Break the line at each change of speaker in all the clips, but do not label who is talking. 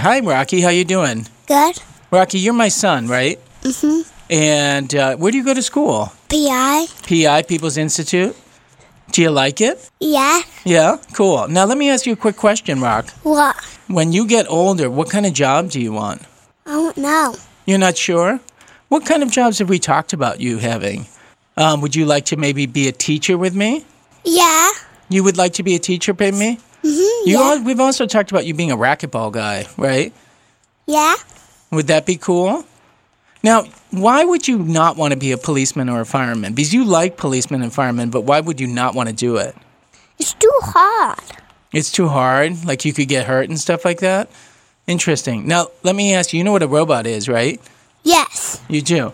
Hi, Rocky. How you doing?
Good.
Rocky, you're my son, right?
Mhm.
And uh, where do you go to school?
Pi.
PI, People's Institute. Do you like it?
Yeah.
Yeah, cool. Now let me ask you a quick question, Rock.
What?
When you get older, what kind of job do you want?
I don't know.
You're not sure? What kind of jobs have we talked about you having? Um, would you like to maybe be a teacher with me?
Yeah.
You would like to be a teacher with me?
Mhm.
You
yeah.
al- we've also talked about you being a racquetball guy, right?
yeah.
Would that be cool? Now, why would you not want to be a policeman or a fireman? Because you like policemen and firemen, but why would you not want to do it?
It's too hard.
It's too hard, like you could get hurt and stuff like that? Interesting. Now, let me ask you, you know what a robot is, right?
Yes.
You do.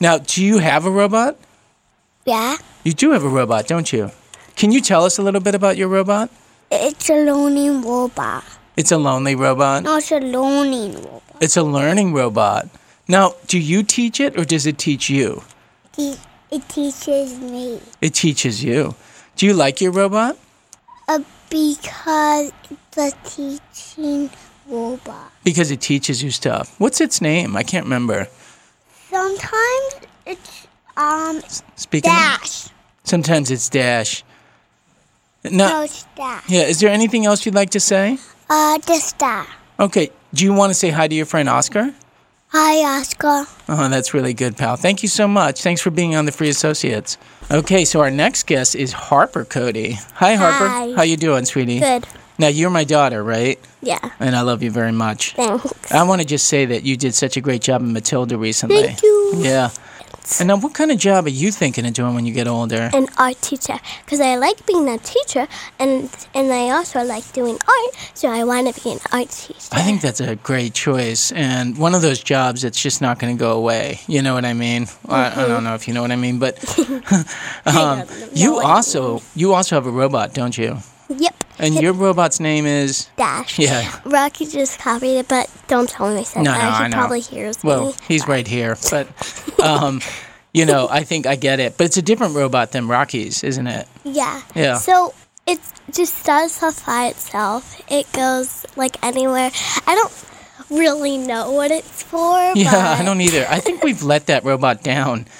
Now, do you have a robot?
Yeah.
You do have a robot, don't you? Can you tell us a little bit about your robot?
It's a learning robot.
It's a lonely robot.
No, it's a learning robot.
It's a learning robot. Now, do you teach it or does it teach you?
Te- It teaches me
It teaches you. Do you like your robot?
uh, because it's a teaching robot.
Because it teaches you stuff. What's its name? I can't remember.
Sometimes it's um
Speaking. of-
dash.
sometimes it's Dash. No.
No, it's dash.
Yeah. Is there anything else you'd like to say?
Uh, the star.
Okay. Do you want to say hi to your friend Oscar?
Hi, Oscar.
Oh, that's really good, pal. Thank you so much. Thanks for being on the Free Associates. Okay, so our next guest is Harper Cody. Hi, Harper.
Hi.
How you doing, sweetie?
Good.
Now you're my daughter, right?
Yeah.
And I love you very much.
Thanks.
I want to just say that you did such a great job in Matilda recently.
Thank you.
Yeah. And now, what kind of job are you thinking of doing when you get older?
an art teacher because I like being a teacher and and I also like doing art, so I want to be an art teacher.
I think that's a great choice, and one of those jobs that's just not going to go away. You know what I mean? I, I don't know if you know what I mean, but um, you also you also have a robot, don't you?
Yep.
And your robot's name is
Dash.
yeah.
Rocky just copied it, but don't tell him I said
No,
that.
no,
he
I know.
probably hears me.
Well, he's right here, but um, you know, I think I get it. But it's a different robot than Rocky's, isn't it?
Yeah.
Yeah.
So it just does stuff by itself. It goes like anywhere. I don't really know what it's for.
Yeah, I
but-
don't either. I think we've let that robot down.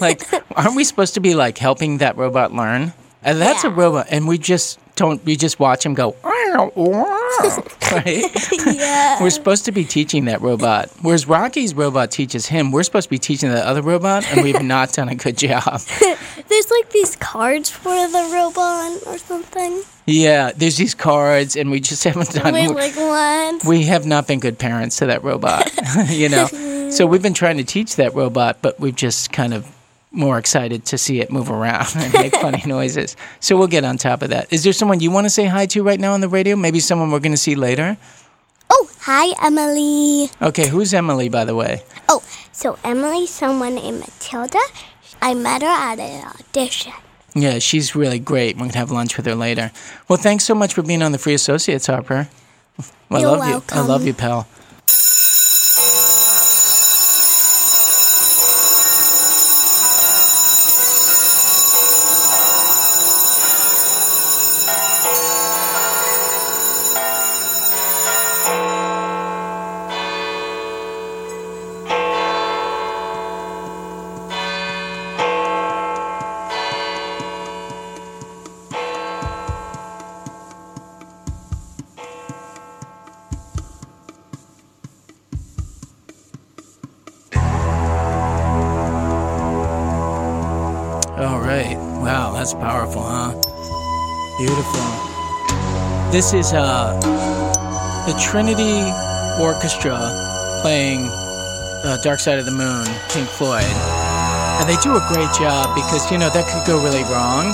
Like, aren't we supposed to be like helping that robot learn? And that's a
Yeah.
robot, and we just don't. We just watch him go. "Wow, wow," right?
Yeah.
We're supposed to be teaching that robot, whereas Rocky's robot teaches him. We're supposed to be teaching the other robot, and we've not done a good job.
There's like these cards for the robot or something.
Yeah, there's these cards, and we just haven't done.
Wait, like what?
we have not been good parents to that robot, you know. So we've been trying to teach that robot, but we've just kind of more excited to see it move around and make funny noises. So we'll get on top of that. Is there someone you want to say hi to right now on the radio? Maybe someone we're going to see later?
Oh, hi, Emily.
Okay, who's Emily, by the way?
Oh, so Emily's someone named Matilda. I met her at an audition.
Yeah, she's really great. We're going to have lunch with her later. Well, thanks so much for being on the Free Associates, Harper. I
You're
love you. I
welcome.
love you, pal. All right. Wow, that's powerful, huh? Beautiful. This is uh, the Trinity Orchestra playing uh, Dark Side of the Moon, Pink Floyd. And they do a great job because, you know, that could go really wrong,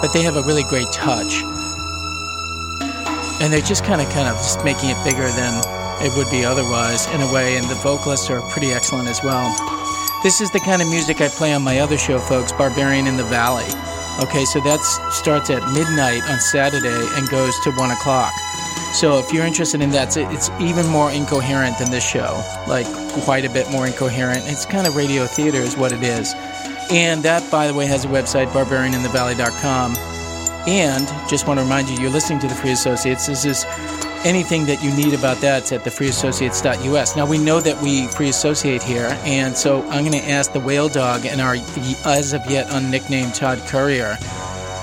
but they have a really great touch. And they're just kind of, kind of just making it bigger than it would be otherwise in a way. And the vocalists are pretty excellent as well. This is the kind of music I play on my other show, folks, Barbarian in the Valley. Okay, so that starts at midnight on Saturday and goes to one o'clock. So if you're interested in that, it's it's even more incoherent than this show, like quite a bit more incoherent. It's kind of radio theater, is what it is. And that, by the way, has a website, barbarianinthevalley.com. And just want to remind you, you're listening to the Free Associates. This is anything that you need about that's at thefreeassociates.us. Now we know that we free associate here, and so I'm going to ask the whale dog and our as of yet unnicknamed Todd Courier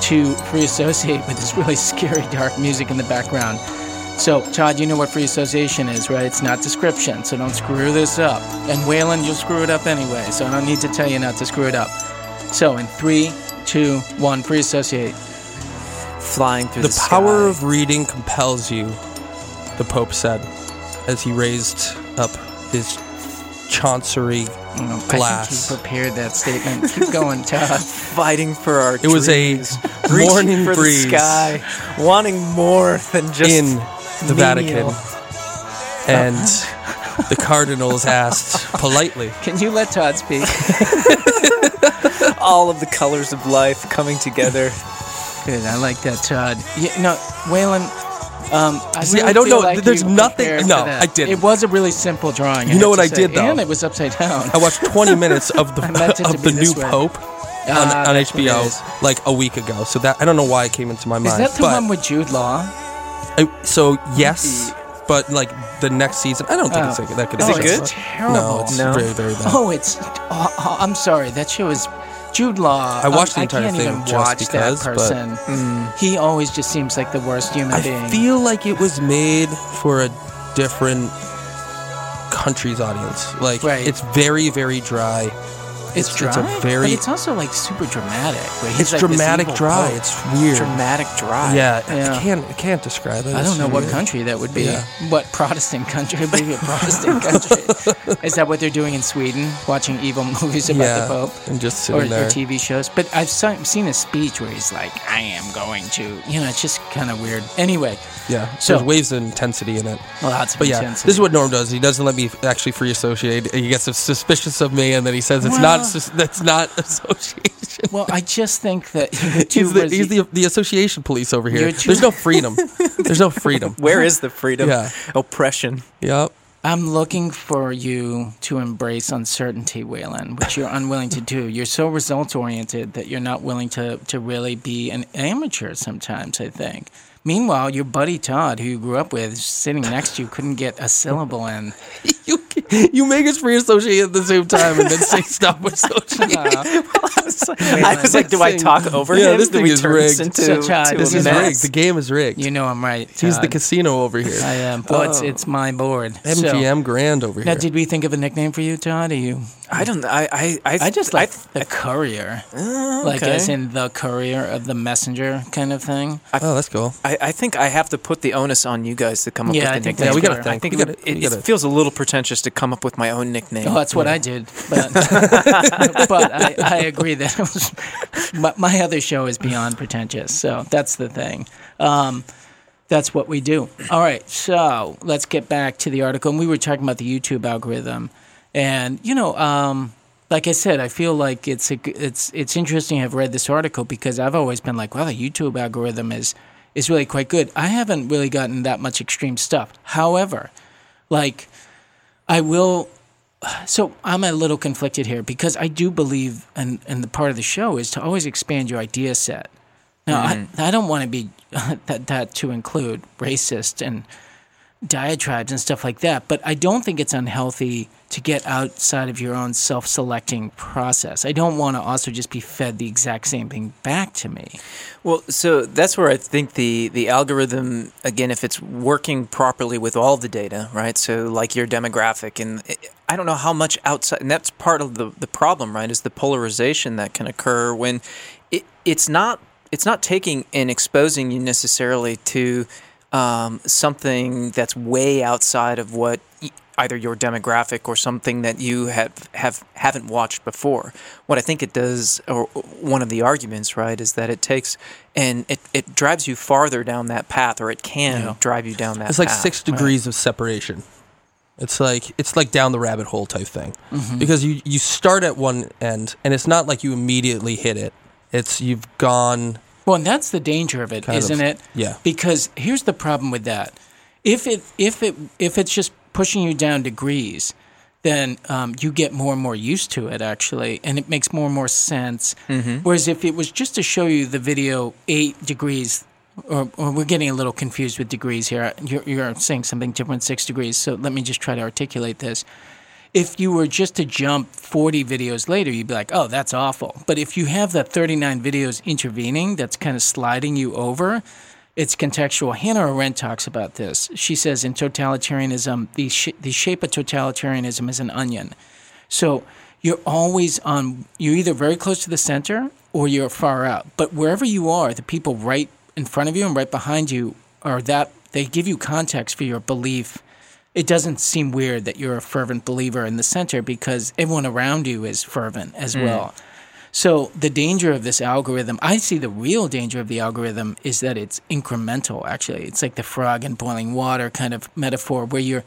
to free associate with this really scary dark music in the background. So, Todd, you know what free association is, right? It's not description, so don't screw this up. And Waylon, you'll screw it up anyway, so I don't need to tell you not to screw it up. So, in three, two, one, free associate.
Flying through the,
The power
sky.
of reading compels you, the Pope said, as he raised up his chancery
Oh,
glass.
I think you prepared that statement. Keep going, Todd.
fighting for our
It was a
reaching
morning
for
breeze
the sky, wanting more than just
in the
menial.
Vatican, and the cardinals asked politely,
Can you let Todd speak?
all of the colors of life coming together.
Good, I like that, Todd. Yeah, no, Waylon. Um, I,
See,
really
I don't
feel
know.
like
There's
you
nothing-
prepared
no,
for that.
I didn't.
It was a really simple drawing.
You
have
know what
to
I
say.
did, though?
And it was upside down.
I watched 20 minutes of the
I meant it to
of the
be this
new
way.
Pope
Ah,
on, on
that's what it is.
HBO like a week ago. So that I don't know why it came into my mind.
Is that the
but
one with Jude Law?
I- so yes, but like the next season, I don't think
Oh.
it's like, that could.
Is
it
exist.
good?
It's
No,
terrible.
it's
No.
very very bad.
Oh, it's. Oh, oh, I'm sorry. That show is. Jude Law.
I watched the
um,
entire
I can't
thing
even
just
watch
because,
that
but- mm.
person. He always just seems like the worst human
I
being.
feel like it was made for a different country's audience. Like
Right.
it's very very dry.
it's,
it's-
dry,
it's a very-
but it's also like super dramatic. where he's
It's
like this
dramatic
evil
dry.
pope.
It's weird.
Dramatic drive.
yeah,
Yeah.
I can't I can't describe it.
I
It's
don't know what
weird.
country that would be.
Yeah.
What Protestant country would be a Protestant country? Is that what they're doing in Sweden, watching evil movies about
Yeah,
the Pope?
and just
Or,
sitting
or
there.
TV shows, but I've se- seen a speech where he's like, "I am going to," you know, it's just kind of weird. Anyway,
Yeah,
So-
there's waves of intensity in it.
lots of
But yeah,
intensity.
this is what Norm does. He doesn't let me f- actually free associate. He gets suspicious of me, and then he says it's not
Well-
associ- that's not association.
well, I just think that you're too
He's the,
resi-
he's the, the association police over here.
You're too-
There's no freedom. There's no freedom.
Where is the freedom?
Yeah.
Oppression.
Yep.
I'm looking for you to embrace uncertainty, Waylon, which you're unwilling to do. You're so results oriented that you're not willing to, to really be an amateur sometimes, I think. Meanwhile, your buddy Todd, who you grew up with, sitting next to you, couldn't get a syllable in.
You you make us free associate at the same time, and then say stop associating.
I was like, do I
This
talk
thing-
over
yeah,
him?
this
Do
thing
we
is
turn
rigged.
into,
So, Chad,
to a
this
This is
mess?
rigged. The game is rigged.
You know I'm right. Todd.
He's the Oh. casino over here.
I am. Well, it's, it's my board. So-
MGM Grand over
now,
here.
did we think of a nickname for you, Todd? Are you?
I don't. I. I. I,
I just
I-
like the courier,
Oh,
like
okay.
as in the courier of the messenger kind of thing.
oh, that's cool.
I, I think I have to put the onus on you guys to come up
Yeah, I
with a
think
nickname.
that's Yeah, we gotta
fair.
I think
think.
it,
We
would-
gotta- we
it,
gotta-
it feels a little pretentious to come up with my own nickname.
Well, Oh, that's what I did, but but I, I agree that it was, my, my other show is beyond pretentious, so that's the thing. Um, that's what we do. All right, so let's get back to the article, and we were talking about the YouTube algorithm, and you know, um, like I said, I feel like it's a, g- it's it's interesting. I've read this article because I've always been like, wow, the YouTube algorithm is is really quite good. I haven't really gotten that much extreme stuff, however, like. I will so I'm a little conflicted here because I do believe, and and the part of the show is to always expand your idea set. Now I I don't want to be that that to include racist and diatribes and stuff like that, but I don't think it's unhealthy to get outside of your own self-selecting process. I don't want to also just be fed the exact same thing back to me.
Well, so that's where I think the the algorithm again, if it's working properly with all the data, right? So like your demographic, and i I don't know how much outside, and that's part of the the problem, right? Is the polarization that can occur when it, it's not it's not taking and exposing you necessarily to um, something that's way outside of what e- either your demographic or something that you have, have haven't watched before. What I think it does, or one of the arguments, right, is that it takes and it, it drives you farther down that path, or it can drive you down that.
It's like
path.
six degrees of separation. It's like it's like down the rabbit hole type thing because you you start at one end and it's not like you immediately hit it. It's you've gone
Well, and that's the danger of it,
Kind of,
not it?
yeah.
Because here's the problem with that: if it if it if it's just pushing you down degrees, then um, you get more and more used to it actually, and it
Mm-hmm.
makes more and more sense. Whereas if it was just to show you the video eight degrees or, or we're getting a little confused with degrees here. You're, you're saying something different, six degrees. So let me just try to articulate this. If you were just to jump 40 videos later, you'd be like, oh, that's awful. But if you have that 39 videos intervening that's kind of sliding you over, it's contextual. Hannah Arendt talks about this. She says in totalitarianism, the, sh- the shape of totalitarianism is an onion. So you're always on, you're either very close to the center or you're far out. But wherever you are, the people right in front of you and right behind you are that, they give you context for your belief. It doesn't seem weird that you're a fervent believer in the center because everyone around you is fervent as
Hmm.
well. So the danger of this algorithm, I see the real danger of the algorithm is that it's incremental. Actually, it's like the frog in boiling water kind of metaphor, where you're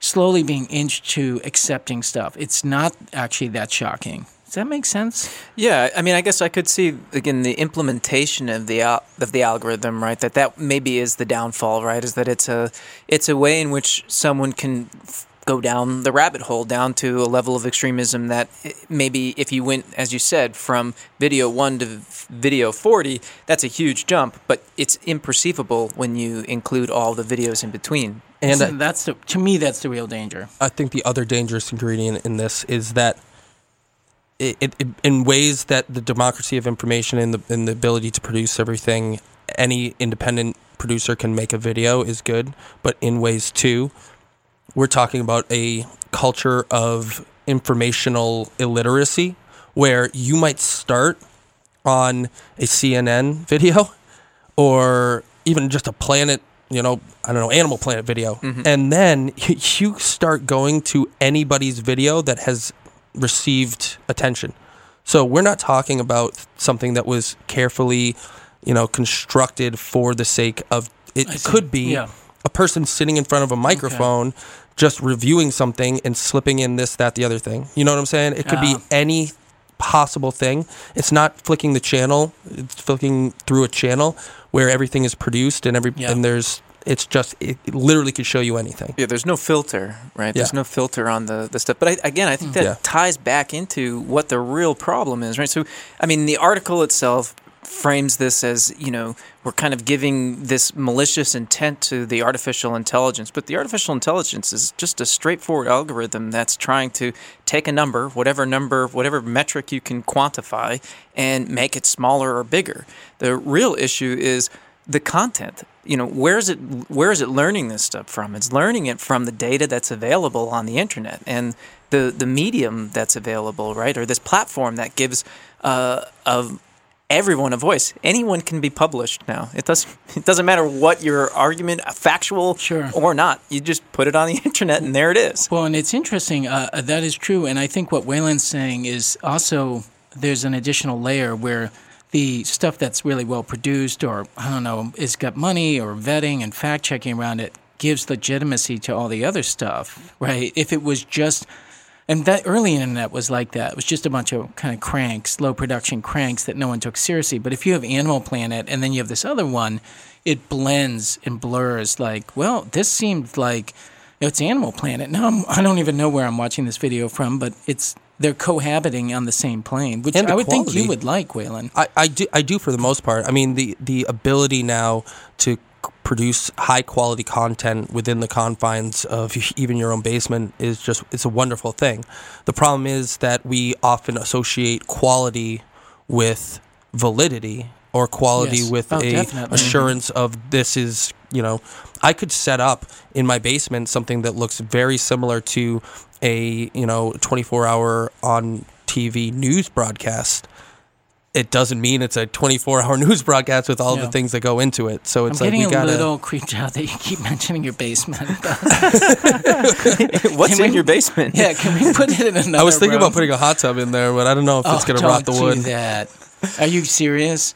slowly being inched to accepting stuff. It's not actually that shocking. Does that make sense?
Yeah, I mean, I guess I could see again the implementation of the al- of the algorithm, right? That that maybe is the downfall, right? Is that it's a it's a way in which someone can f- go down the rabbit hole down to a level of extremism that i- maybe if you went, as you said, from video one to v- video forty, that's a huge jump, but it's imperceivable when you include all the videos in between.
And
So
I,
that's the to me that's the real danger.
I think the other dangerous ingredient in this is that it, it, it- in ways that the democracy of information and the and the ability to produce everything, any independent producer can make a video is good, but in ways too, we're talking about a culture of informational illiteracy where you might start on a CNN video or even just a planet, you know, I don't know, Animal Planet video.
Mm-hmm.
And then you start going to anybody's video that has received attention. So we're not talking about something that was carefully, you know, constructed for the sake of it
see.
could be
Yeah.
a person sitting in front of a microphone just reviewing something and slipping in this, that, the other thing. You know what I'm saying? It could
Ah.
be any possible thing. It's not flicking the channel, it's flicking through a channel where everything is produced and every
Yeah.
and there's it's just it, it literally could show you anything.
Yeah, there's no filter, right? There's
Yeah.
no filter on the, the stuff. But I, again, I think that
Yeah.
ties back into what the real problem is, right? So, I mean, the article itself frames this as, you know, we're kind of giving this malicious intent to the artificial intelligence. But the artificial intelligence is just a straightforward algorithm that's trying to take a number, whatever number, whatever metric you can quantify, and make it smaller or bigger. The real issue is the content you know where is it where is it learning this stuff from it's learning it from the data that's available on the internet and the the medium that's available right or this platform that gives uh, of everyone a voice anyone can be published now it doesn't it doesn't matter what your argument factual
Sure.
or not you just put it on the internet and there it is
Well, and it's interesting. Uh, uh, that is true. And I think what Waylon's saying is also there's an additional layer where the stuff that's really well produced or, I don't know, has got money or vetting and fact checking around it gives legitimacy to all the other stuff, right? If it was just. And that early internet was like that. It was just a bunch of kind of cranks, low production cranks that no one took seriously. But if you have Animal Planet and then you have this other one, it blends and blurs. Like, well, this seemed like it's Animal Planet. Now I'm, I don't even know where I'm watching this video from, but it's they're cohabiting on the same plane, which
And the
I would think
quality.
you would like, Waylon.
I, I do I do for the most part. I mean the the ability now to c- produce high quality content within the confines of even your own basement is just it's a wonderful thing. The problem is that we often associate quality with validity or quality
Yes.
with
Oh,
a
definitely.
assurance of this is you know I could set up in my basement something that looks very similar to a you know 24 hour on TV news broadcast it doesn't mean it's a 24 hour news broadcast with all
Yeah.
the things that go into it. So
I'm
it's
getting
like we
a
gotta.
little creeped out that you keep mentioning your basement.
what's
Can
in
we-
your basement
yeah, can we put it in another?
I was thinking
room?
about putting a hot tub in there, but I don't know if
Oh,
it's gonna
don't
rot the
do
wood.
That. Are you serious?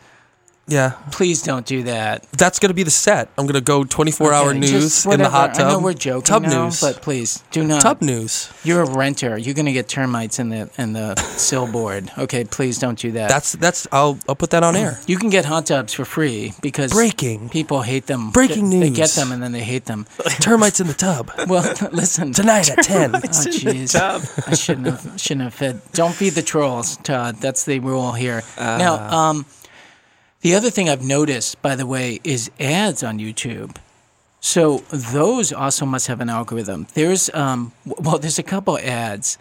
Yeah,
Please don't do that.
that's gonna be the set. I'm gonna go 24 hour
Okay,
news
just
in the hot
whatever.
tub.
I know we're joking
Tub
now,
news.
but uh, please do not.
tub news.
You're a renter. You're gonna get termites in the in the sill board. Okay, please don't do that.
That's that's. I'll I'll put that on air.
you can get hot tubs for free because
Breaking.
people hate them.
Breaking
they, They
news.
get them and then they hate them.
Termites in the tub
Well, listen.
tonight at 10.
Oh jeez, I shouldn't have
Ah.
shouldn't have fed. Don't feed the trolls, Todd. That's the rule here. now, um, The other thing I've noticed, by the way, is ads on YouTube. So those also must have an algorithm. There's um, w- well, there's a couple ads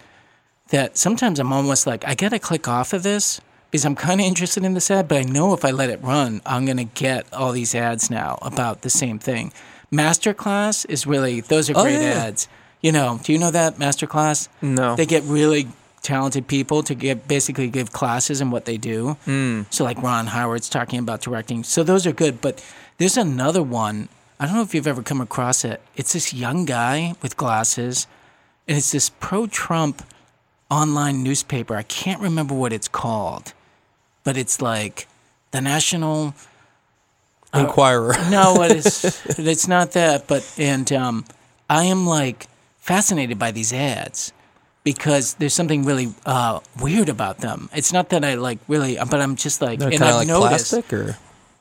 that sometimes I'm almost like I gotta click off of this because I'm kind of interested in this ad, but I know if I let it run, I'm gonna get all these ads now about the same thing. Masterclass is really those are
Oh,
great
yeah.
ads. You know, do you know that Masterclass?
No.
They get really talented people to get basically give classes and what they do. So like Ron Howard's talking about directing. So those are good, but there's another one. I don't know if you've ever come across it. It's this young guy with glasses, and it's this pro-Trump online newspaper. I can't remember what it's called, but it's like the National
Inquirer.
no, it is. it's not that. But and um, I am like fascinated by these ads because there's something really uh, weird about them. It's not that I like really, but I'm just like,
They're
and
kind
I've
of like
noticed.
plastic, or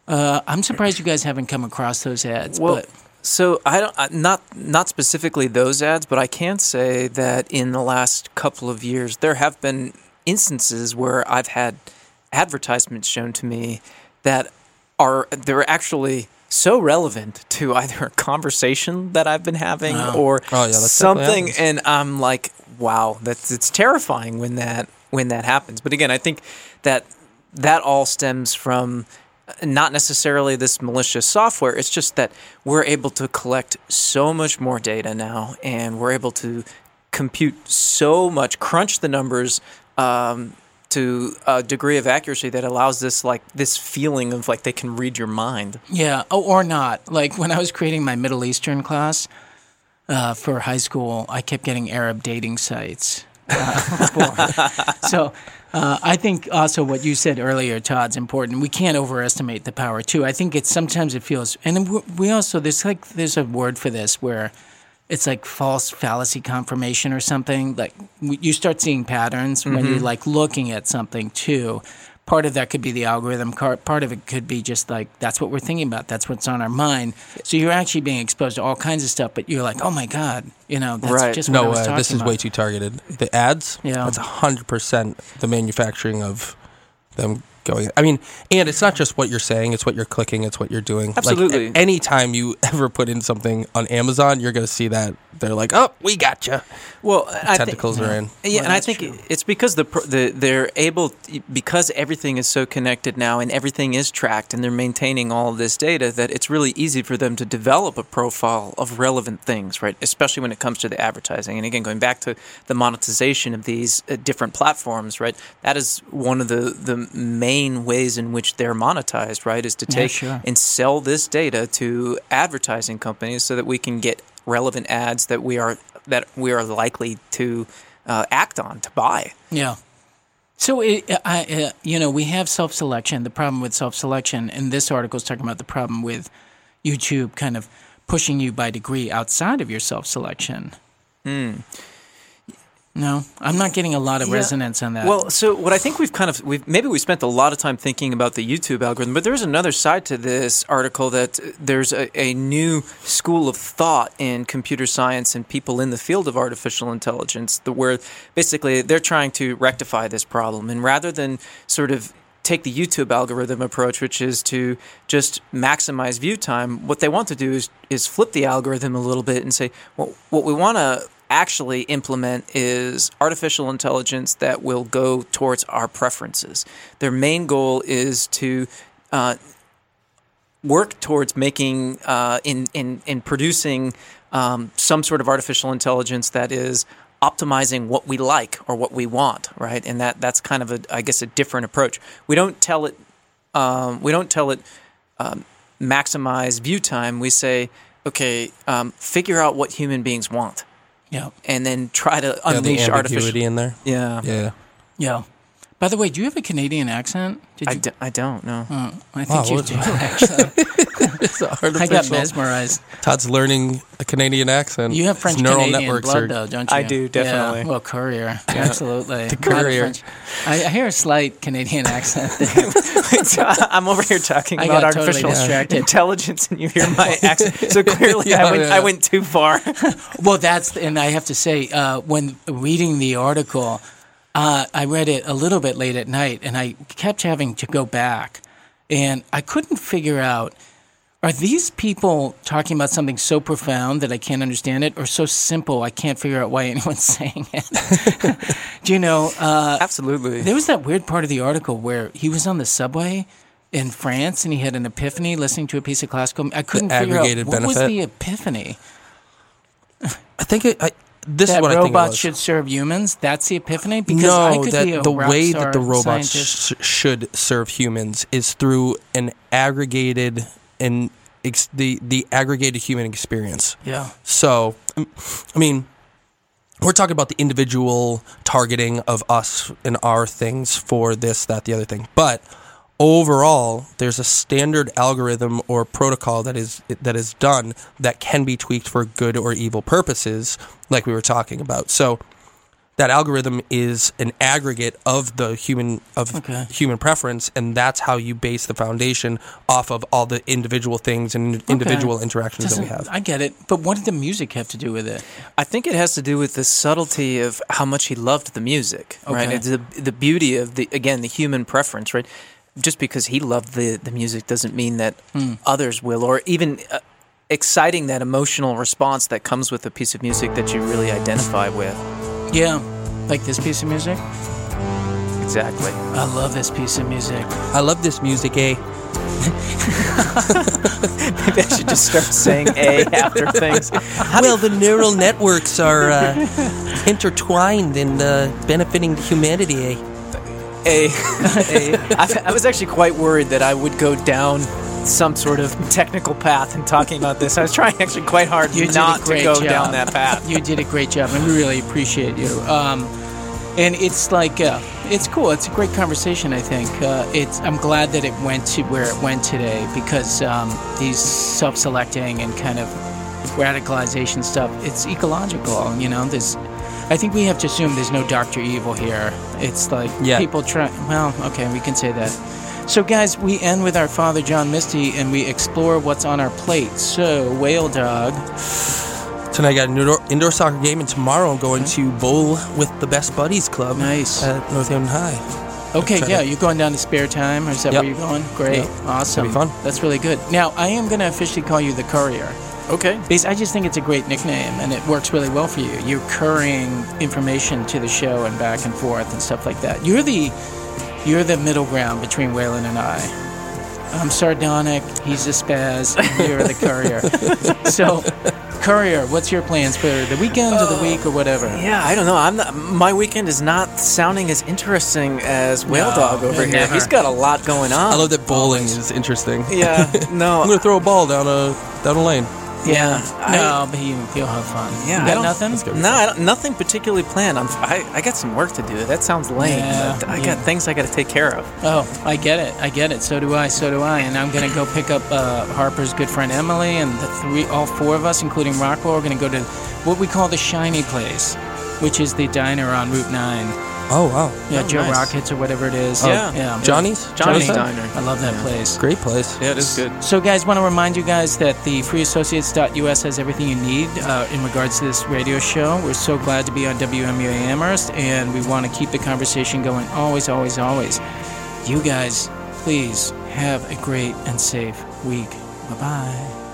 Uh, I'm surprised you guys haven't come across those ads.
Well,
but
so I don't I, not not specifically those ads, but I can say that in the last couple of years there have been instances where I've had advertisements shown to me that are they're actually so relevant to either a conversation that I've been having or
Oh, yeah, that definitely
something
happens.
and I'm like wow that's it's terrifying when that when that happens but again I think that that all stems from uh, not necessarily this malicious software. It's just that we're able to collect so much more data now, and we're able to compute so much, crunch the numbers um, to a degree of accuracy that allows this like this feeling of like they can read your mind.
Yeah, oh, or not. Like when I was creating my Middle Eastern class uh, for high school, I kept getting Arab dating sites. Uh, for- so uh, I think also what you said earlier, Todd's important. We can't overestimate the power too. I think it's sometimes it feels, and we- we also there's like there's a word for this where it's like false fallacy confirmation or something. Like w- you start seeing patterns when you're like looking at something too. Part of that could be the algorithm. car- Part of it could be just like that's what we're thinking about. That's what's on our mind. So you're actually being exposed to all kinds of stuff, but you're like, oh my god, you know, that's
Right.
just what I
no,
was
uh,
talking
this is
about.
way too targeted. The ads,
Yeah.
that's hundred percent the manufacturing of them going. I mean, and it's not just what you're saying; it's what you're clicking, it's what you're doing.
Absolutely.
Like, a- anytime you ever put in something on Amazon, you're going to see that they're like, "Oh, we got gotcha.
Well,
you."
I
Tentacles are in.
Yeah,
Well,
and I
that's
think
true.
it's because the, pr- the they're able because everything is so connected now and everything is tracked and they're maintaining all of this data that it's really easy for them to develop a profile of relevant things, right? Especially when it comes to the advertising. And again, going back to the monetization of these uh, different platforms, right? That is one of the the main ways in which they're monetized, right? Is to
Yeah,
take
sure.
and sell this data to advertising companies so that we can get relevant ads that we are that we are likely to uh, act on to buy.
Yeah. So it, I, uh, you know, we have self selection. The problem with self selection, and this article is talking about the problem with YouTube kind of pushing you by degree outside of your self selection.
Hmm.
No, I'm not getting a lot of resonance on that.
Well, so what I think we've kind of we've maybe we spent a lot of time thinking about the YouTube algorithm, but there's another side to this article that there's a, a new school of thought in computer science and people in the field of artificial intelligence, the, where basically they're trying to rectify this problem, and rather than sort of take the YouTube algorithm approach, which is to just maximize view time. What they want to do is is flip the algorithm a little bit and say, well, what we want to actually implement is artificial intelligence that will go towards our preferences. Their main goal is to uh, work towards making uh, in in in producing um, some sort of artificial intelligence that is optimizing what we like or what we want, right? And that that's kind of a I guess a different approach. We don't tell it um, we don't tell it um, maximize view time. We say okay, um, figure out what human beings want,
yeah,
and then try to
Yeah, the
unleash artificial.
ambiguity in there.
Yeah,
Yeah.
yeah. By the way, do you have a Canadian accent? Did
I,
you?
d- I don't know.
I think
Wow,
you
what-
do. Actually,
It's artificial.
I got mesmerized.
Todd's learning a Canadian accent.
You have
His
French
neural
Canadian
networks
blood,
are-
though, don't you?
I do,
Yeah.
definitely.
Well, courier, absolutely. The
courier.
I, I hear a slight Canadian accent.
So I'm over here talking
I
about
got totally
artificial
distracted.
intelligence, and you hear my accent. So clearly, I
Yeah,
went
yeah.
I went too far.
Well, that's and I have to say, uh, when reading the article, uh, I read it a little bit late at night, and I kept having to go back and I couldn't figure out are these people talking about something so profound that I can't understand it, or so simple I can't figure out why anyone's saying it? Do you know? Uh,
Absolutely.
there was that weird part of the article where he was on the subway in France and he had an epiphany listening to a piece of classical. I couldn't figure out
aggregated
what was
benefit.
the epiphany.
I think it, I, this is
that
what I think it
robots
was.
should serve humans. That's the epiphany. Because
no,
I could
that
be a
the
rock
way
star
that the robots
scientist.
sh- should serve humans is through an aggregated and ex- the the aggregated human experience.
yeah.
So, I m- I mean, we're talking about the individual targeting of us and our things for this, that, the other thing. But overall, there's a standard algorithm or protocol that is that is done that can be tweaked for good or evil purposes, like we were talking about. So. That algorithm is an aggregate of the human of
Okay.
human preference, and that's how you base the foundation off of all the individual things and individual interactions that we
Doesn't-
have.
I get it. But what did the music have to do with it?
I think it has to do with the subtlety of how much he loved the music, right?
Okay.
It's the, the beauty of the again the human preference, right? Just because he loved the the music doesn't mean that
Hmm.
others will, or even uh, exciting that emotional response that comes with a piece of music that you really identify with.
Yeah. Like this piece of music?
Exactly.
I love this piece of music.
I love this music, eh?
Maybe I should just start saying a after things.
well, the neural networks are uh, intertwined and uh, benefiting humanity. Eh?
A, a. I, I was actually quite worried that I would go down some sort of technical path in talking about this. I was trying actually quite hard
You did a
not to
great
go
job.
down that path.
You did a great job, and we really appreciate you. Um, and it's like, uh, it's cool. It's a great conversation. I think uh, it's. I'm glad that it went to where it went today because um, these self-selecting and kind of radicalization stuff. It's ecological, you know. There's. I think we have to assume there's no Doctor Evil here. It's like
Yeah.
people try. Well, okay, we can say that. So, guys, we end with our father John Misty, and we explore what's on our plate. So, whale dog.
Tonight I got an indoor, indoor soccer game, and tomorrow I'm going to bowl with the Best Buddies Club.
Nice.
At Northampton High.
Okay,
Try
yeah,
to-
you're going down to spare time, or is that
Yep.
where you're going? Great,
Yeah,
awesome.
it'll be fun.
That's really good. Now, I am going to officially call you the courier
Okay.
because I just think it's a great nickname and it works really well for you. You're currying information to the show and back and forth and stuff like that. You're the you're the middle ground between Waylon and I. I'm sardonic. He's a spaz. You're the courier. so, courier, what's your plans for the weekend or the week or whatever?
Oh, Yeah, I don't know. I'm not, my weekend is not sounding as interesting as Whale
No,
Dog over here.
never.
He's got a lot going on.
I love that bowling is interesting.
Yeah, no,
I'm going to throw a ball down a down a lane.
Yeah.
I-
no, but you, you'll have fun.
yeah,
You
I
got
don't-
nothing.
No, I don't, nothing particularly planned. I'm, I I got some work to do. That sounds lame.
Yeah,
but I
yeah.
got things I got to take care of.
Oh, I get it. I get it. So do I. So do I. And I'm gonna go pick up uh, Harper's good friend Emily, and the three, all four of us, including Rockwell, are gonna go to what we call the shiny place, which is the diner on Route Nine.
Oh, wow.
Yeah,
Oh,
Joe
nice.
Rockets or whatever it is.
Yeah.
yeah.
Johnny's?
Johnny's
Johnny's Diner.
I love that place.
Great place.
Yeah, it is good.
So, guys, want to remind you guys that the freeassociates.us has everything you need uh, in regards to this radio show. We're so glad to be on WMUA Amherst, and we want to keep the conversation going always, always, always. You guys, please have a great and safe week. Bye bye.